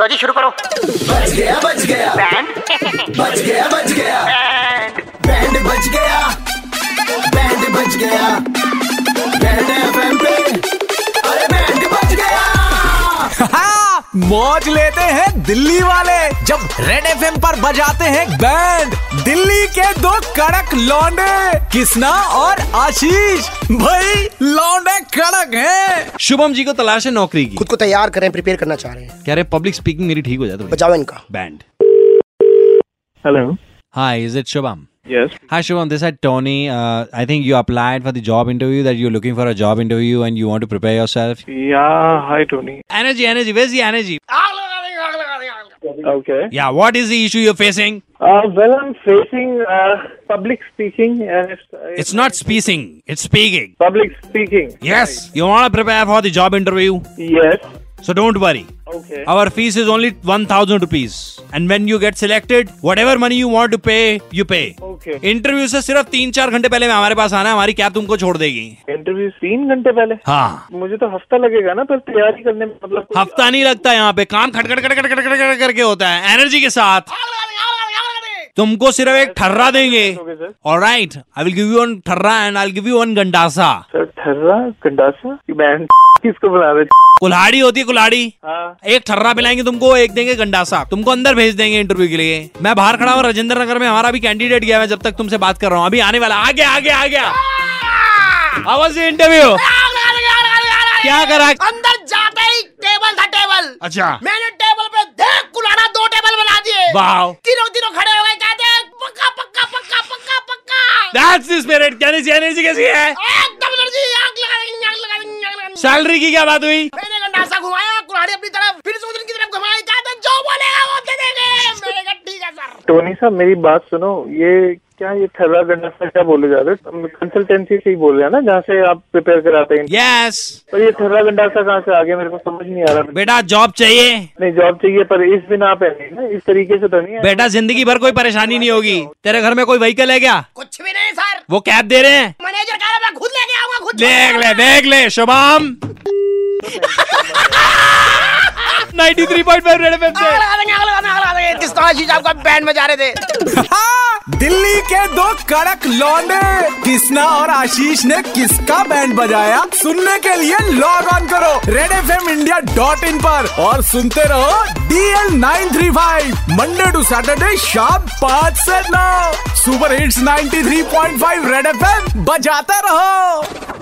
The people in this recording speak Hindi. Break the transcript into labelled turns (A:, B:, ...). A: लो जी तो शुरू करो
B: बच गया बच गया
A: बैंड
B: बच गया बच गया बैंड बच गया बैंड बच गया बैंड एफएम पे अरे बैंड बच गया
C: हाँ, मौज लेते हैं दिल्ली वाले जब रेड एफ पर बजाते हैं बैंड दिल्ली के दो कड़क लौंडे किसना और आशीष भाई लौंडे कड़क हैं
D: शुभम जी को तलाश है नौकरी की
E: खुद को तैयार कर रहे हैं प्रिपेयर करना चाह रहे हैं
D: कह रहे पब्लिक स्पीकिंग मेरी ठीक हो जाए तो
E: बचाओ इनका
D: band
F: Hello.
D: Hi is it Shubham
F: Yes.
D: Hi Shubham, this is Tony. Uh, I think you applied for the job interview that you're looking for a job interview and you want to prepare yourself.
F: Yeah. Hi, Tony.
D: Energy, energy. Where's the energy?
F: Okay.
D: Yeah, what is the issue you're facing?
F: Uh, well, I'm facing uh, public speaking, and it's,
D: It's not speaking, it's speaking.
F: public speaking.
D: Yes, you want to prepare for the job interview.
F: Yes.
D: So don't worry.
F: Okay.
D: Our fees is only 1000 rupees. And when you get selected, whatever money you want to pay, you pay.
F: Okay.
D: Interview से सिर्फ तीन चार घंटे पहले हमारे पास आना है हमारी कैब तुमको छोड़ देगी
F: इंटरव्यू तीन घंटे पहले
D: हाँ
F: मुझे तो हफ्ता लगेगा ना पर तैयारी करने में मतलब कुछ-
D: हफ्ता नहीं लगता यहाँ पे काम खटखट खटखट खटखट खटखट करके होता है एनर्जी के साथ तुमको सिर्फ एक ठर्रा देंगे
F: Okay, sir.
D: और right I will give you one ठर्रा and I give you one गंडासा
F: सर ठर्रा कंडासा कि बैंड किसको बुला रहे
D: कुल्हाड़ी होती है कुल्हाड़ी
F: हाँ
D: एक ठर्रा पिलाएंगे तुमको एक देंगे गंडासा तुमको अंदर भेज देंगे इंटरव्यू के लिए मैं बाहर खड़ा हूँ राजेंद्र नगर में हमारा भी कैंडिडेट गया है जब तक तुमसे बात कर रहा हूँ अभी आने वाला आ गया आ गया आ गया आवाज इंटरव्यू क्या करा
A: अंदर जाते ही टेबल था टेबल
D: अच्छा
A: मैंने टेबल पे देख कुलाना दो टेबल बना दिए
D: वाह
A: तीनों तीनों खड़े हो गए कहते हैं, पक्का पक्का पक्का पक्का पक्का
D: दैट्स द स्पिरिट क्या नहीं एनर्जी कैसी है
A: एकदम एनर्जी आग लगा देंगे, आग लगा देंगे, आग लगा देंगे।
D: सैलरी की क्या बात हुई
A: मैंने गंडासा घुमाया कुल्हाड़ी अपनी तरफ फिर सुदन की तरफ घुमाया कहते हैं, जो बोलेगा वो दे देंगे मैंने कहा ठीक है सर
F: टोनी साहब मेरी बात सुनो ये क्या ये ठर्रा गंडासा क्या बोले जा रहे कंसल्टेंसी से ही बोल रहे हैं ना जहाँ से आप प्रिपेयर कराते हैं
D: यस
F: पर ये ठर्रा गंडासा कहाँ से आ गया मेरे को समझ नहीं आ रहा
D: बेटा जॉब चाहिए
F: नहीं जॉब चाहिए पर इस बिना पे नहीं ना इस तरीके से तो नहीं है
D: बेटा जिंदगी भर कोई परेशानी नहीं होगी तेरे घर में कोई व्हीकल है क्या
A: कुछ भी नहीं सर
D: वो कैब दे रहे हैं
A: मैनेजर कह रहा मैं खुद लेके आऊंगा खुद
D: देख ले देख ले Shubham 93.5 three point five red
A: आग लगा देंगे आग लगा देंगे आग लगा देंगे किस तरह शीशा आपका बैंड बजा रहे थे
C: हाँ, दिल्ली के दो कड़क लौंडे किसना और आशीष ने किसका बैंड बजाया सुनने के लिए लॉग ऑन करो red F M India dot in पर और सुनते रहो DL nine three five Monday to Saturday शाम पाँच से नौ super hits 93.5 three point five red F M बजाते रहो